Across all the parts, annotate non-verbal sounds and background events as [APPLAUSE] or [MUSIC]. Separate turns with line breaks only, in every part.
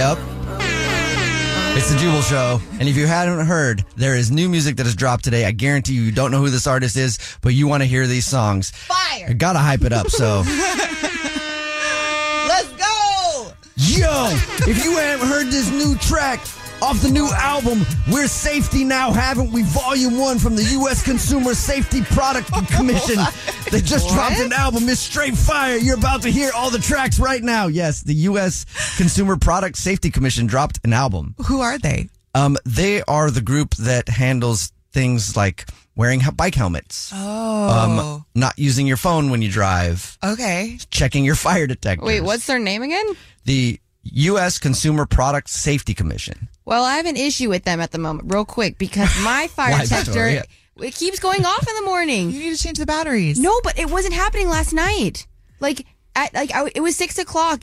Yep. It's the Jubal Show. And if you haven't heard, there is new music that has dropped today. I guarantee you, you don't know who this artist is, but you want to hear these songs. I
Fire!
gotta hype it up, so.
Let's go!
Yo, if you haven't heard this new track off the new album, We're Safety Now, haven't we? Volume 1 from the U.S. Consumer
[LAUGHS]
Safety Product Commission. They just dropped an album. It's straight fire. You're about to hear all the tracks right now. Yes, the U.S. Consumer Product Safety Commission dropped an album.
Who are they?
Um, they are the group that handles things like wearing he- bike helmets, Um,
Oh.
not using your phone when you drive,
okay.
checking your fire detectors.
Wait, what's their name again?
the U.S. Consumer Product Safety Commission?
Well, I have an issue with them at the moment, real quick, because my fire
Why,
detector
Victoria?
it keeps going off in the morning.
You need to change the batteries.
No, but it wasn't happening last night. Like at like I, it was six o'clock,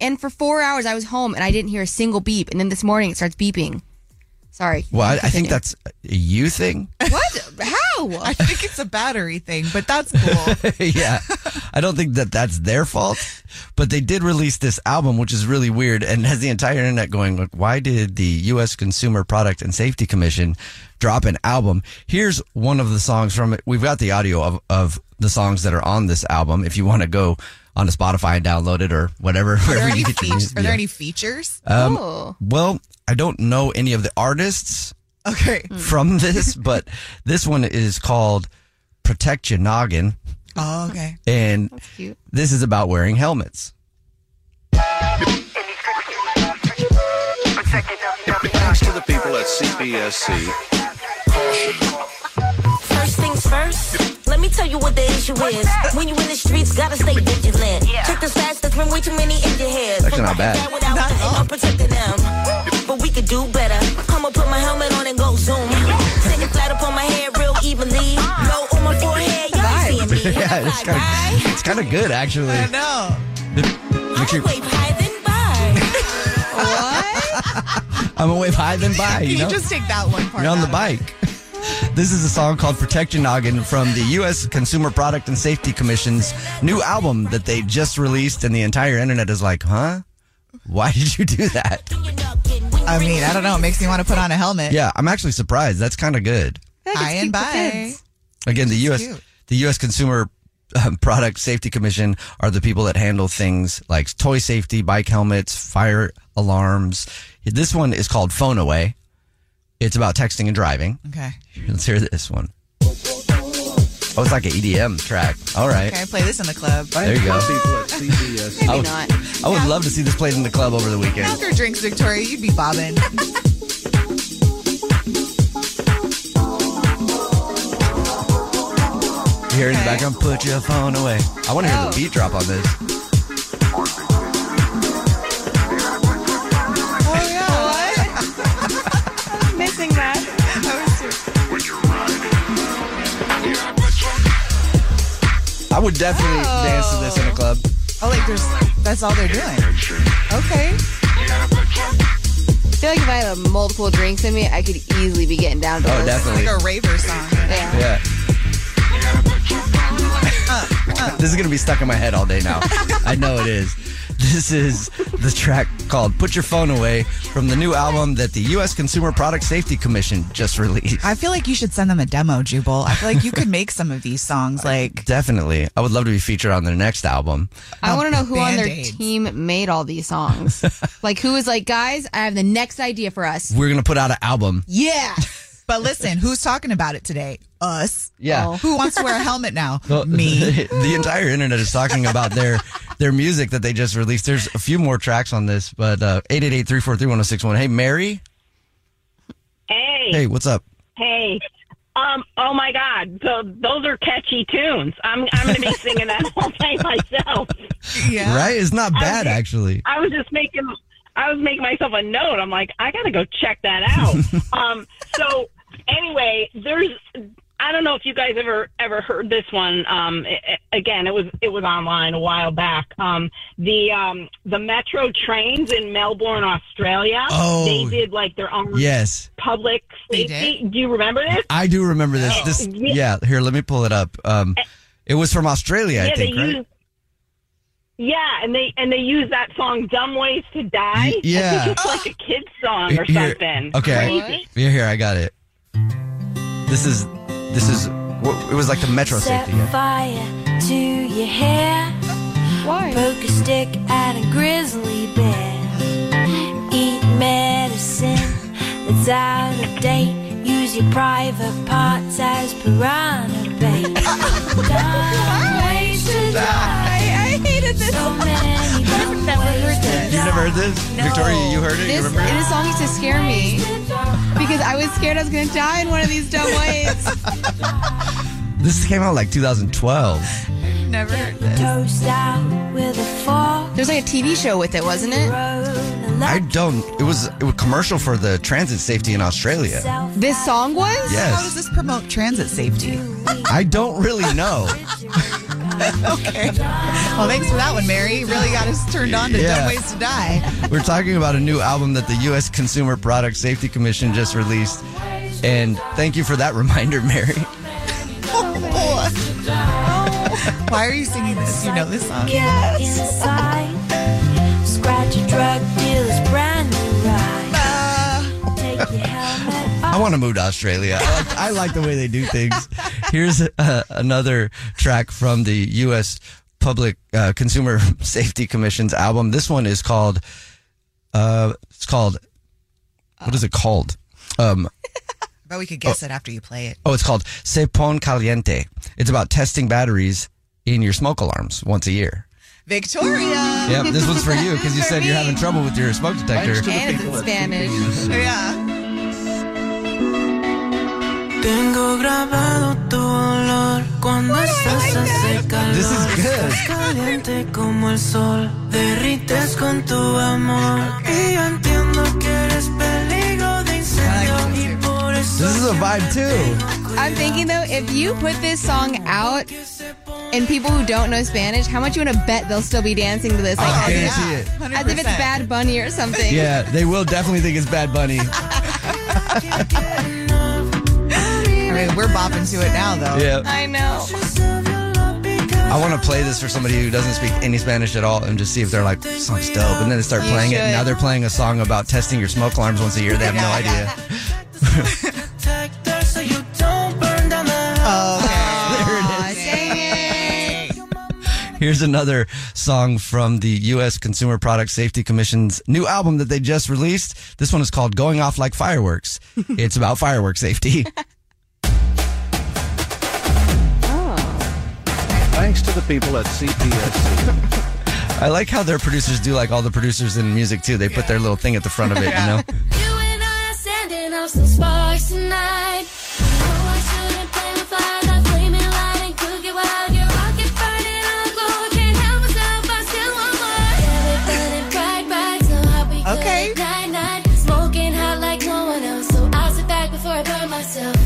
and for four hours I was home and I didn't hear a single beep. And then this morning it starts beeping. Sorry.
Well, I, I
Continue.
[LAUGHS]
think that's a you thing. [LAUGHS]
what? How?
I think it's a battery thing, but that's cool.
yeah, I don't think that that's their fault, but they did release this album, which is really weird, and has the entire internet going. Like, why did the U.S. Consumer Product and Safety Commission drop an album? Here's one of the songs from it. We've got the audio of of the songs that are on this album. If you want to go on to Spotify and download it or whatever, [LAUGHS]
Are there
wherever
any
you get your
features?
music.
Are there
Yeah.
any features?
oh.
Well, I don't know any of the artists.
Okay. [LAUGHS]
from this, but this one is called Protect Your Noggin,
Oh, okay.
and
cute.
this is about wearing helmets.
Thanks to the people at CPSC.
First things first, let me tell you what the issue is. When you in the streets, gotta stay vigilant. Check the stats, there's been way too many in your head.
That's not bad. [LAUGHS]
Without the I'm protecting them. But we could do better. I'ma put my helmet on and go zoom. Take it flat up on my head real evenly. Low on my forehead, y'all ain't seeing me.
Yeah,
Yeah,
it's kind of it's kind of good actually.
I know.
Make sure-
I wave high then bye.
I'm away high then by.
Can
You
you,
know,
just take that one part?
you're on the
out of it?
bike. This is a song called Protect Your Noggin from the U.S. Consumer Product and Safety Commission's new album that they just released, and the entire internet is like, huh? Why did you do that?
I mean, I don't know. It makes me want to put on a helmet.
Yeah, I'm actually surprised. That's kind of good.
Hi and bye.
Again, the U.S.
cute.
the U.S. Consumer um, Product Safety Commission are the people that handle things like toy safety, bike helmets, fire alarms. This one is called Phone Away. It's about texting and driving.
Okay.
Let's hear this one. Oh, it's like an EDM track. All right.
Okay. Play this in the club.
There you go.
People at CPSC.
Maybe
would-
not.
I would love to see this played in the club over the weekend.
After drinks, Victoria, you'd be bobbing.
You hear in the background, put your phone away. I want to hear the beat drop on this.
oh yeah. What?
Missing that.
I was too-
I would definitely dance to this in a club.
Oh, like there's that's all they're doing. Okay.
I feel like if I had multiple drinks in me, I could easily be getting down to
Oh,
this.
definitely.
Like a raver song.
Yeah.
Yeah. [LAUGHS] This is going to be stuck in my head all day now. I know it is. This is the track called Put Your Phone Away from the new album that the U.S. Consumer Product Safety Commission just released.
I feel like you should send them a demo, Jubal. I feel like you [LAUGHS] could make some of these songs like
Definitely. I would love to be featured on their next album.
I want to know who on their
Band-Aids.
team made all these songs. like, who was like, guys, I have the next idea for us.
We're going to put out an album. [LAUGHS]
Yeah. But listen, who's talking about it today? Us.
Yeah. Oh.
Who wants to wear a helmet now?
[LAUGHS] Well,
Me.
the entire internet is talking about their their music that they just released. There's a few more tracks on this, but uh 888-343-1061. Hey Mary.
Hey.
Hey, what's up?
Hey. Um, oh my God. So those are catchy tunes. I'm I'm gonna be singing that [LAUGHS] all day myself.
Right? It's not bad actually.
I was just making I was making myself a note. I'm like, I gotta go check that
[LAUGHS]
out. um so anyway, there's I don't know if you guys ever ever heard this one. Um a- a- again, it was it was online a while back. Um the um the metro trains in Melbourne, Australia,
Oh.
they did like their own
Yes.
public safety. Do you remember this?
I do remember this.
Oh.
This
Yeah. Eh.
yeah, here let me pull it up. Um it was from Australia, I think, right?
use. Yeah, and they and they use that song "Dumb Ways to Die."
Y- yeah.
I think it's [LAUGHS] like a kid's song or
Here-
something.
Okay.
Crazy.
Here, here, I got it. This is this is wh- it was like the metro
Set
safety. yeah.
fire to your hair. Why? Poke a stick at a grizzly bear. Eat medicine that's out of date. Use your private parts as piranha bait. Dumb ways to die. I hated this. So many dumb ways to
You never heard this? Victoria, you heard it?
This,
you remember it?
this song used to scare me because I was scared I was going to die in one of these dumb ways.
This came out like 2012.
Never heard this.
Toast out with a
[LAUGHS]
fork.
There's like a TV show with it, wasn't
it?
I don't. It was it was commercial for the transit safety in Australia.
This song was?
Yes.
How does this promote transit safety?
I don't really know.
okay. Well, thanks for that one, Mary. You Really got us turned on to
Yeah.
dumb ways to die. [LAUGHS]
We're talking about a new album that the U.S. Consumer Product Safety Commission just released, and thank you for that [LAUGHS] reminder, Mary.
Why are you singing this? You know this song.
Get inside. Scratch a drug dealer's brand new ride. Take your helmet
I want to move to Australia. I like, I like the way they do things. Here's uh, another track from the U.S. Public uh, Consumer [LAUGHS] Safety Commission's album. This one is called. Uh, it's called. What is it called? Um,
But we could guess it after you play it.
Oh, it's called Cepon Caliente. It's about testing batteries in your smoke alarms once a year.
Victoria.
Yep, this one's for you because you
For
said you're
me. Oh,
having trouble with your smoke detector.
And it's in Spanish.
Yeah.
Tengo grabado tu olor cuando estás cerca.
This is good.
Caliente como el sol, derrites con tu amor. Y yo entiendo que eres peligro de incendio y por eso.
This is a vibe too.
I'm thinking though, if you put this song out and people who don't know Spanish, how much you want to bet they'll still be dancing to this? Like,
Oh,
I
as,
guarantee it.
as if it's Bad Bunny or something.
Yeah, they will definitely think it's Bad Bunny.
I mean, we're bopping to it now, though.
Yeah.
I know.
I want to play this for somebody who doesn't speak any Spanish at all and just see if they're like, this song's dope. And then they start
You
playing it. And
should.
now they're playing a song about testing your smoke alarms once a year. They have no idea. [LAUGHS]
Detector, so you don't burn down the house.
Aw,
dang it.
Here's another song from the U.S. Consumer Product Safety Commission's new album that they just released. This one is called Going Off
[LAUGHS]
Like Fireworks. it's about firework safety.
Thanks to the people at CPSC.
I like how their producers do like all the producers in music too. They put their little thing at the front of it, you know?
You and I are sending off some sparks tonight. No, I shouldn't play with fire. That flaming light and cook it wild. Your rocket burning on glow. Can't help myself. I still want more. Yeah, we're burning bright, bright. So hot we could
Okay.
at night, night. Smoking hot like no one else. So I'll sit back before I burn myself.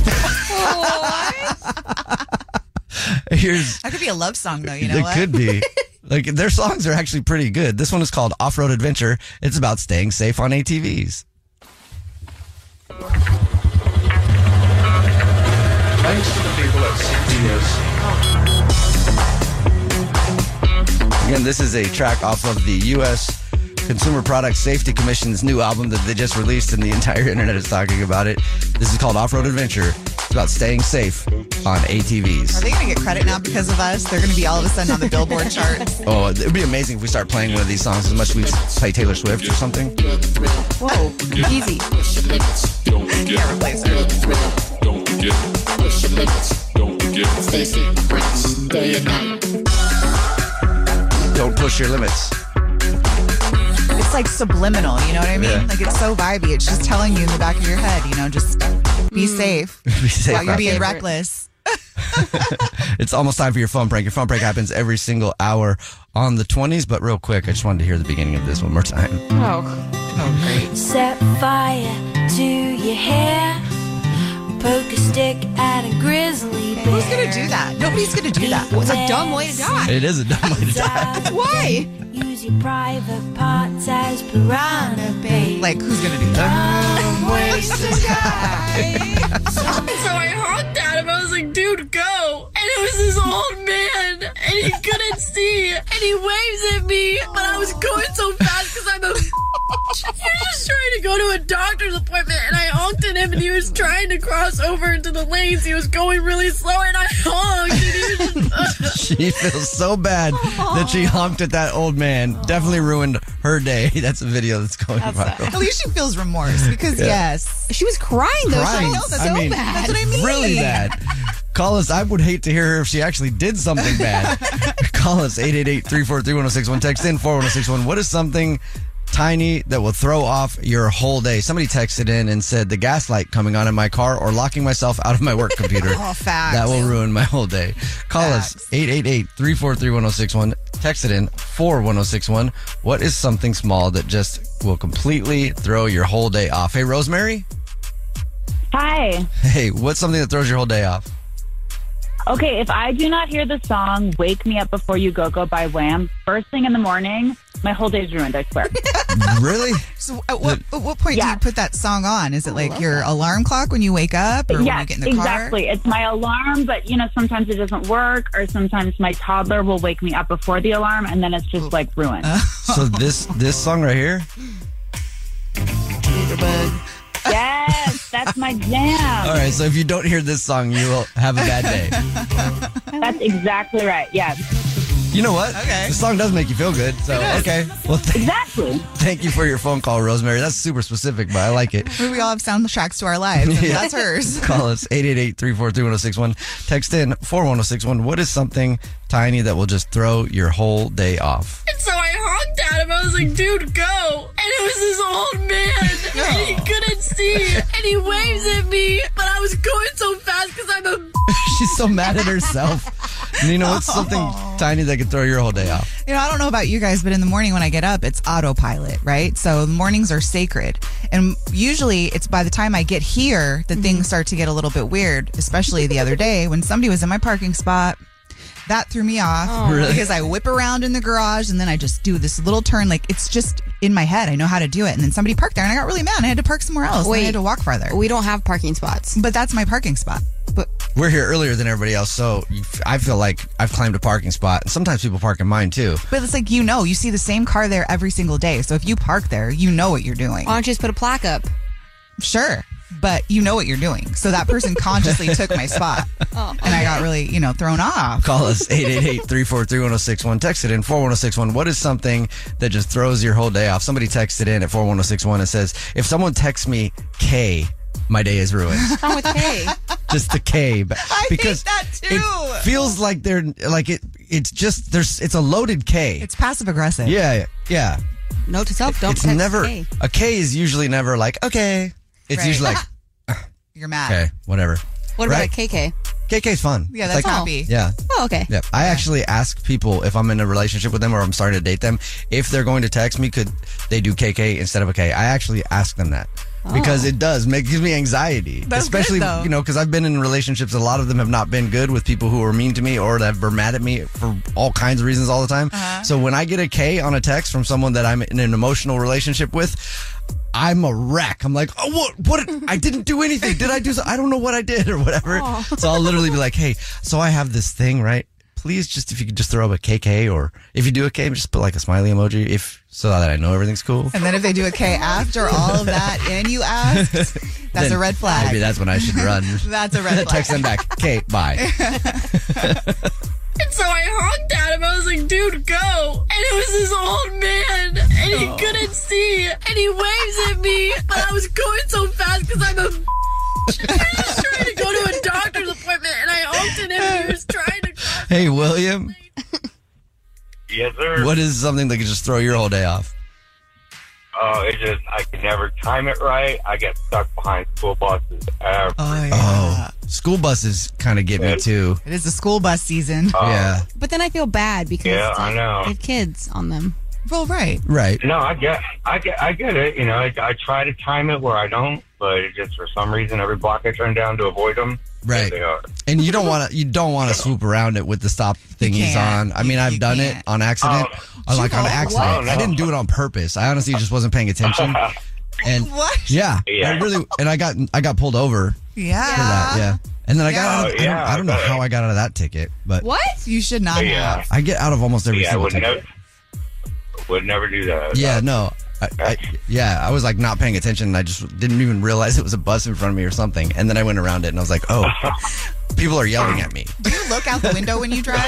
Here's [LAUGHS]
That could be a love song, though. You know
it
what? [LAUGHS]
could be. Like their songs are actually pretty good. This one is called Off Road Adventure. It's about staying safe on ATVs.
Thanks to the people at CPS.
Again, this is a track off of the U.S. Consumer Product Safety Commission's new album that they just released, and the entire [LAUGHS] internet is talking about it. This is called Off Road Adventure. It's about staying safe on ATVs.
Are they going to get credit now because of us? They're going to be all of a sudden on the Billboard
[LAUGHS]
charts.
Oh, it would be amazing if we start playing one of these songs as much as we play Taylor Swift or something.
Whoa, easy. Can't replace her.
Don't push your limits.
It's like subliminal, you know what I mean?
Yeah.
Like it's so vibey. It's just telling you in the back of your head, you know, just [LAUGHS] be safe
Be safe
while you're
out
being
there.
reckless.
It's almost time for your phone prank. Your phone prank happens every single hour on the 20s, but real quick, I just wanted to hear the beginning of this one more time.
Set fire to your hair. Poke a stick at a grizzly bear. Who's gonna do that?
Nobody's gonna do that.
It's a dumb way to die.
It is a dumb way to die.
[LAUGHS] Why? Use your private parts as piranha bait.
Like, who's gonna do that?
so I honked at him. I was like, dude, go. And it was this old man, and he couldn't see, and he waves at me, but I was going so fast because I'm a. [LAUGHS] He was just trying to go to a doctor's appointment, and I honked at him, and he was trying to cross over into the lanes. He was going really slow, and I honked, and he was just.
[LAUGHS] she feels so bad that she honked at that old man. Definitely ruined her day. [LAUGHS] That's a video that's going viral.
At least she feels remorse because
Yeah.
yes,
she was crying
though.
Crying.
She felt so
I mean,
bad. That's what I mean.
Really bad. Call us. I would hate to hear her if she actually did something
[LAUGHS]
bad. Call us 888-343-1061. Text in 41061. What is something tiny that will throw off your whole day? Somebody texted in and said the gas light coming on in my car or locking myself out of my work
[LAUGHS]
computer.
Oh, facts.
That will ruin my whole day. Call us 888-343-1061. Text it in 41061. What is something small that just will completely throw your whole day off? Hey, Rosemary?
Hi.
Hey, what's something that throws your whole day off?
Okay, if I do not hear the song Wake Me Up Before You Go Go by Wham, first thing in the morning, my whole day's ruined, I
[LAUGHS]
swear.
really?
So at what at what point do you put that song on? Is it like your alarm clock when you wake up or when
yeah,
you get in the car?
exactly. It's my alarm, but you know, sometimes it doesn't work, or sometimes my toddler will wake me up before the alarm, and then it's just like ruined.
[LAUGHS] So this this song right here?
[LAUGHS] yes, that's my jam.
All right, so if you don't hear this song, you will have a bad day.
That's exactly right. Yes.
You know what? Okay. The song does make you feel good. So,
It does.
okay. Well, th-
exactly.
Thank you for your phone call, Rosemary. That's super specific, but I like it.
Maybe we all have soundtracks to our lives. [LAUGHS] and
[LAUGHS] Yeah.
That's hers.
Call us 888-343-1061. Text in 41061. What is something tiny that will just throw your whole day off?
And so I honked at him. I was like, dude, go. And it was this old man, and he couldn't see, and he waves at me, but I was going so fast because I'm a.
She's so mad at herself. Nina, what's something tiny that could throw your whole day off?
You know, I don't know about you guys, but in the morning when I get up, it's autopilot, right? So the mornings are sacred. And usually it's by the time I get here that
Mm-hmm.
things start to get a little bit weird, especially the other day when somebody was in my parking spot. That threw me off
Oh. Really?
because I whip around in the garage and then I just do this little turn. Like it's just in my head. I know how to do it. And then somebody parked there and I got really mad. and I had to park somewhere else. and I
Wait.
had to walk farther.
We don't have parking spots.
But that's my parking spot. But
We're here earlier than everybody else, so you- I feel like I've claimed a parking spot. And sometimes people park in mine too.
But it's like you know, you see the same car there every single day. So if you park there, you know what you're doing. Why
don't you just put a plaque up?
Sure, but you know what you're doing. So that
[LAUGHS]
person consciously took my spot,
Oh.
and I got really you know thrown off.
Call us 888-343-1061. Text it in 41061. What is something that just throws your whole day off? Somebody texted in at 41061 and says, if someone texts me K, my day is
[LAUGHS]
ruined.
What's wrong with K?
[LAUGHS] just the K. b-
hate
Because
that too.
It feels like they're like it it's just there's it's a loaded K.
It's passive aggressive.
yeah, yeah.
Note to self: Don't
it's
text
never
K.
a K is usually never like, okay. It's
Right.
usually
[LAUGHS]
like
You're mad.
okay, whatever.
What about
Right?
a KK?
KK's fun.
Yeah,
It's
that's happy.
Yeah.
Oh, okay.
Yeah. I actually ask people if I'm in a relationship with them or I'm starting to date them if they're going to text me, could they do KK instead of a K? I actually ask them that
Oh.
because it does make gives me anxiety,
That's good,
especially
though.
you know because I've been in relationships. A lot of them have not been good with people who are mean to me or that were mad at me for all kinds of reasons all the time.
Uh-huh.
So when I get a K on a text from someone that I'm in an emotional relationship with. I'm a wreck. I'm like, oh, what? What?
[LAUGHS]
I didn't do anything. Did I do? So- I don't know what I did or whatever.
Aw.
[LAUGHS] So I'll literally be like, hey, so I have this thing, right? Please, just if you could just throw up a KK or if you do a K, just put like a smiley emoji, if so that I know everything's cool.
And then if they do a K after all of that
[LAUGHS]
and you ask, that's
Then
a red flag.
Maybe that's when I should run.
[LAUGHS] That's a red flag.
[LAUGHS] Text them back. Okay,
[LAUGHS]
bye.
And so I honked at him. I was like, dude, go. And it was this old man, and he couldn't see, and he waves at me. But I was going so fast because I'm a. I was trying to go to a doctor's appointment, and I honked at him, and he was trying to.
hey, William,
Yes, sir.
what is something that could just throw your whole day off?
Oh, it's just I can never time it right. I get stuck behind school buses. Every,
Oh, school buses kind of get me too.
It is the school bus season.
uh,
yeah.
But then I feel bad because
Yeah,
it's
I
like,
know.
they have kids on them.
Well, right.
Right.
No, I get, I get, I get it. You know, I, I try to time it where I don't, but it just for some reason every block I turn down to avoid them, there
Right.
They are.
And you don't want to. You don't want to swoop around it with the stop thingies on.
can't.
I mean, I've done it on accident. I like on
Oh,
accident.
wow.
I didn't do it on purpose. I honestly just wasn't paying
[LAUGHS]
attention. And
What?
Yeah,
Yeah.
I really. And I got I got pulled over
Yeah.
for that. Yeah. And then I got. Out of,
Oh,
I, don't,
yeah,
I don't know
but-
how I got out of that ticket, but
What? You should not
Yeah.
have.
I get out of almost every
yeah, I
single
would
ticket.
never, would never do that. [LAUGHS]
uh,
Yeah, no. I, I, yeah, I was like not paying attention. And I just didn't even realize it was a bus in front of me or something. And then I went around it and I was like,
[LAUGHS]
oh, people are yelling at me.
Do you look out the window when you
[LAUGHS]
drive?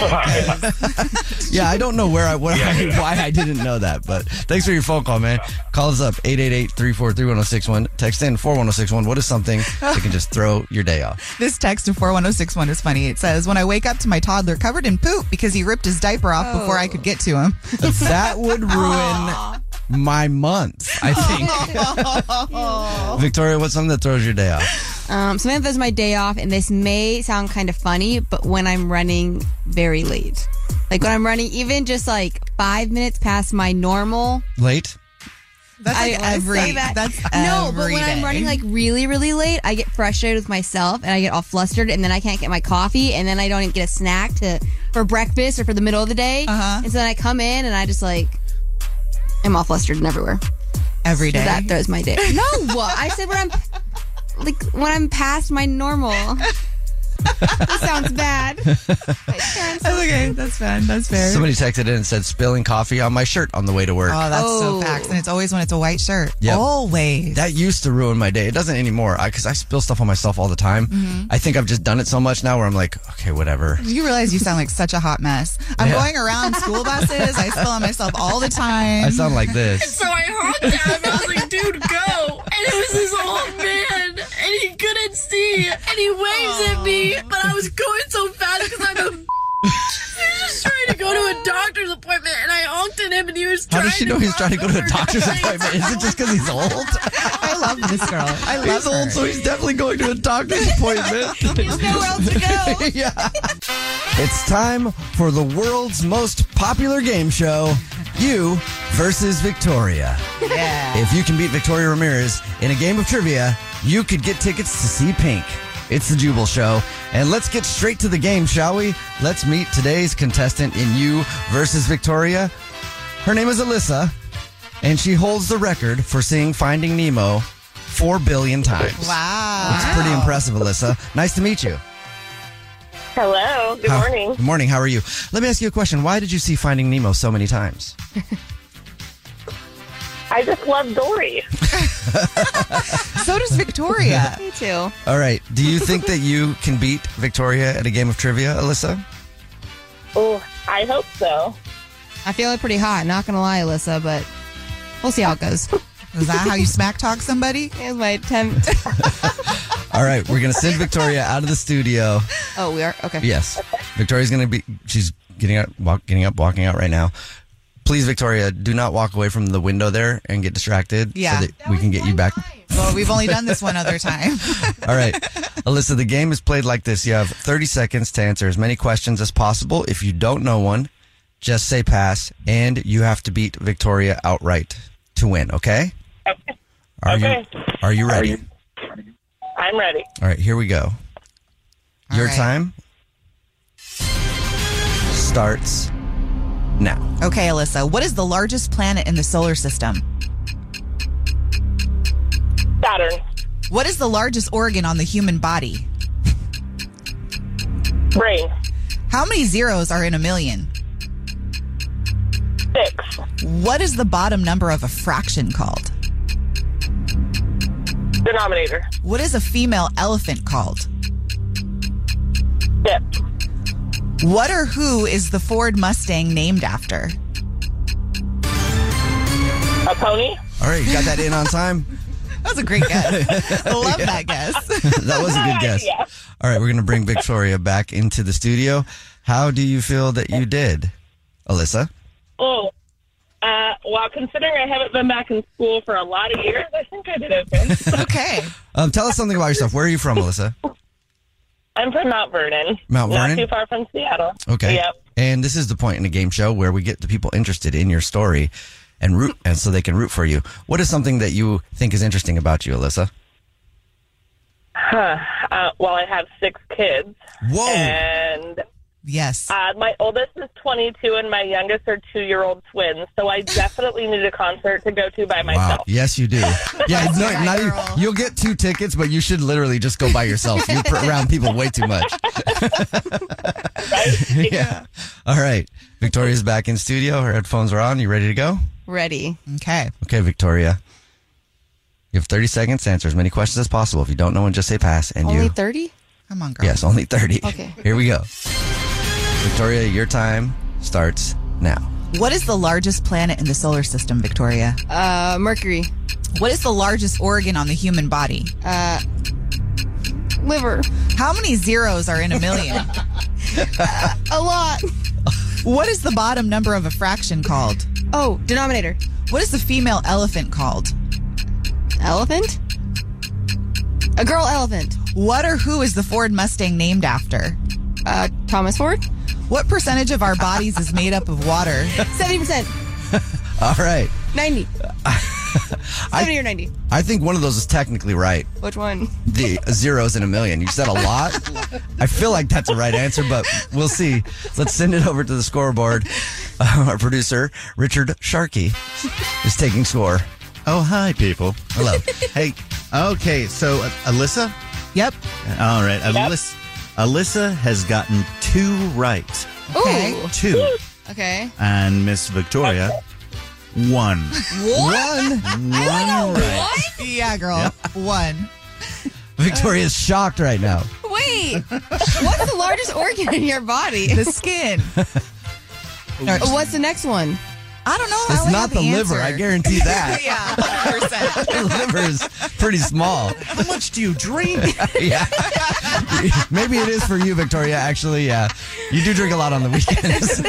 Yeah, I don't know where I, what
Yeah,
I
yeah.
why I didn't know that, but thanks for your phone call, man. Call us up 888-343-1061. Text in 41061. What is something that can just throw your day off?
This text to 41061 is funny. It says, When I wake up to my toddler covered in poop because he ripped his diaper off before
Oh.
I could get to him. [LAUGHS]
that would ruin my month, I think. Victoria, what's something that throws your day off?
Um, something that does my day off, and this may sound kind of funny, but when I'm running very late, like when I'm running even just like five minutes past my normal.
Late?
That's
I-
like
I
every-
say that.
that's
no, but
every
when I'm
day.
running like really, really late, I get frustrated with myself and I get all flustered, and then I can't get my coffee, and then I don't even get a snack to for breakfast or for the middle of the day, uh-huh. and so then I come in and I just like I'm all flustered and everywhere.
Every
So
day.
that throws my day. No, I said when I'm like when I'm past my normal. that sounds bad. that's
okay. That's fine. That's fair.
Somebody texted in and said spilling coffee on my shirt on the way to work.
Oh, that's so facts. And it's always when it's a white shirt.
Yep.
Always.
That used to ruin my day. It doesn't anymore because I, spill stuff on myself all the time.
Mhm.
I think I've just done it so much now where I'm like, okay, whatever.
Do you realize you sound like such a hot mess? I'm
Yeah.
going around school buses. I spill on myself all the time.
I
[LAUGHS]
sound like
And
this.
so I honked at him. I was like, dude, go. And it was this old man, and he couldn't see, and he waves at me. But I was going so fast because I'm a. [LAUGHS] He was just trying to go to a doctor's appointment, and I honked at him, and he was
How
trying
does she know he's trying to go to
[LAUGHS]
a doctor's appointment? Is it just because he's old?
I love this girl. I love
he's
her.
old, so he's definitely going to a doctor's
[LAUGHS]
appointment.
There's nowhere else to [LAUGHS] go.
yeah. It's time for the world's most popular game show, You versus Victoria.
Yeah.
If you can beat Victoria Ramirez in a game of trivia, you could get tickets to see Pink. It's the Jubal Show. And let's get straight to the game, shall we? Let's meet today's contestant in You versus Victoria. Her name is Alyssa, and she holds the record for seeing Finding Nemo 4 billion times.
Wow.
It's pretty impressive, Alyssa. Nice to meet you.
Hello. Good
How-
morning.
Good morning. How are you? Let me ask you a question. Why did you see Finding Nemo so many times?
I just love Dory.
So does Victoria.
[LAUGHS] Me too.
All right. Do you think that you can beat Victoria at a game of trivia, Alyssa?
Oh, I hope so. I feel like pretty hot. Not gonna lie, Alyssa, but we'll see how it goes.
Is that how you smack talk
[LAUGHS]
somebody?
It was my attempt.
All right. We're going to send Victoria out of the studio.
oh, we are okay.
Yes. Victoria's going to be, she's getting out, walk, getting up, walking out right now. Please, Victoria, do not walk away from the window there and get distracted
Yeah.
so that, we can get you back.
Well, we've only done this one other time. [LAUGHS]
All right. Alyssa, the game is played like this. You have 30 seconds to answer as many questions as possible. If you don't know one, just say pass, and you have to beat Victoria outright to win, okay? Okay. Are
Okay.
you Are you ready?
I'm ready.
All right, here we go. Your time starts now.
Okay, Alyssa, what is the largest planet in the solar system?
Saturn.
What is the largest organ on the human body?
Brain.
How many zeros are in a million?
Six.
What is the bottom number of a fraction called?
Denominator.
What is a female elephant called?
Yep.
What or who is the Ford Mustang named after?
A pony.
All right, you got that in on time?
That was a great guess. I love that guess.
that was a
[LAUGHS]
good guess. All right, we're going to bring Victoria back into the studio. How do you feel that you did, Alyssa?
Oh. Uh, well, considering I haven't been back in school for a lot of years, I think I did okay.
okay.
Um, tell us something about yourself. Where are you from, Alyssa?
[LAUGHS] I'm from Mount Vernon.
Mount Vernon?
Not too far from Seattle.
Okay.
Yep.
And this is the point in a game show where we get the people interested in your story and root and so they can root for you. What is something that you think is interesting about you, Alyssa?
Huh. Uh, well, I have six kids.
Whoa.
And
yes,
uh, my oldest is 22, and my youngest are two-year-old twins. So I definitely need a concert to go to by myself.
Yes, you do. Yeah, no, not even, you'll get two tickets, but you should literally just go by yourself. You're pr- around people way too much. [LAUGHS] yeah. All right. Victoria's back in studio. Her headphones are on. You ready to go?
Ready.
Okay.
Okay, Victoria. You have 30 seconds to answer as many questions as possible. If you don't know one, just say pass. And
Only
you.
30? Come on,
Yes, only 30.
Okay.
Here we go. Victoria, your time starts now.
What is the largest planet in the solar system, Victoria?
Uh, Mercury.
What is the largest organ on the human body?
Uh, liver.
How many zeros are in a million? a lot. What is the bottom number of a fraction called? Oh, denominator. What is the female elephant called? Elephant? A girl elephant. What or who is the Ford Mustang named after? Uh, Thomas Ford. What percentage of our bodies is made up of water? 70%.
All right.
[LAUGHS] 90. 70
I,
or 90.
I think one of those is technically right.
Which one?
The zeros in a million. You said a lot. I feel like that's the right answer, but we'll see. Let's send it over to the scoreboard. Uh, our producer, Richard Sharkey, is taking score.
Oh, hi, people. Hello. hey. Okay, so uh, Alyssa?
Yep.
All right. Alyssa, Alyssa has gotten two right.
Ooh.
Two.
Okay.
And Miss Victoria, one.
What?
One right.
Yeah, girl. One.
Victoria's shocked right now.
[LAUGHS] Wait. What's the largest organ in your body?
The skin.
What's the next one?
I don't know.
It's not the, liver. I guarantee that.
[LAUGHS] yeah.
[LAUGHS] the liver is pretty small.
How much do you drink?
[LAUGHS] yeah. Maybe it is for you, Victoria. Actually, yeah. You do drink a lot on
[LAUGHS]
the weekends.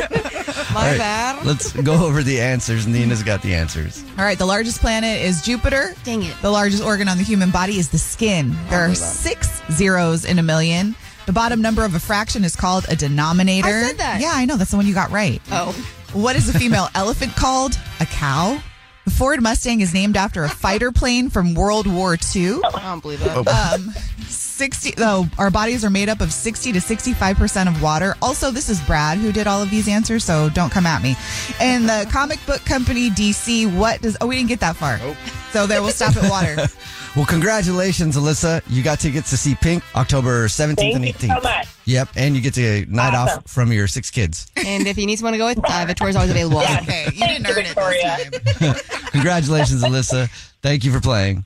My
All right,
bad.
Let's go over the answers. Nina's got the answers.
All right, the largest planet is Jupiter. Dang it. The largest organ on the human body is the skin. There are six zeros in a million. The bottom number of a fraction is called a denominator.
I said that.
Yeah, I know. That's the one you got right.
Oh.
What is a
[LAUGHS]
female elephant called? A cow. The Ford Mustang is named after a fighter plane from World War II.
I don't believe that.
Um, 60 though our bodies are made up of 60 to 65% of water also this is brad who did all of these answers so don't come at me and the comic book company dc what does oh we didn't get that far so there we'll stop at water
well, congratulations, Alyssa. You got tickets to see Pink October 17th and 18th. Yep, and you get to night
Awesome.
off from your six kids.
And if you need someone to go with, uh, Victoria's always available.
Okay, you didn't earn it.
Congratulations, Alyssa. Thank you for playing.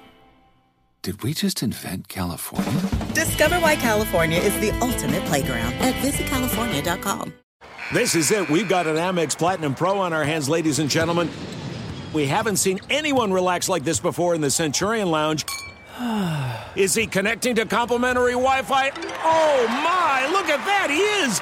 Did we just invent California?
Discover why California is the ultimate playground at visitcalifornia.com.
This is it. We've got an Amex Platinum Pro on our hands, ladies and gentlemen. We haven't seen anyone relax like this before in the Centurion Lounge. Is he connecting to complimentary Wi Fi? Oh my, look at that! He is!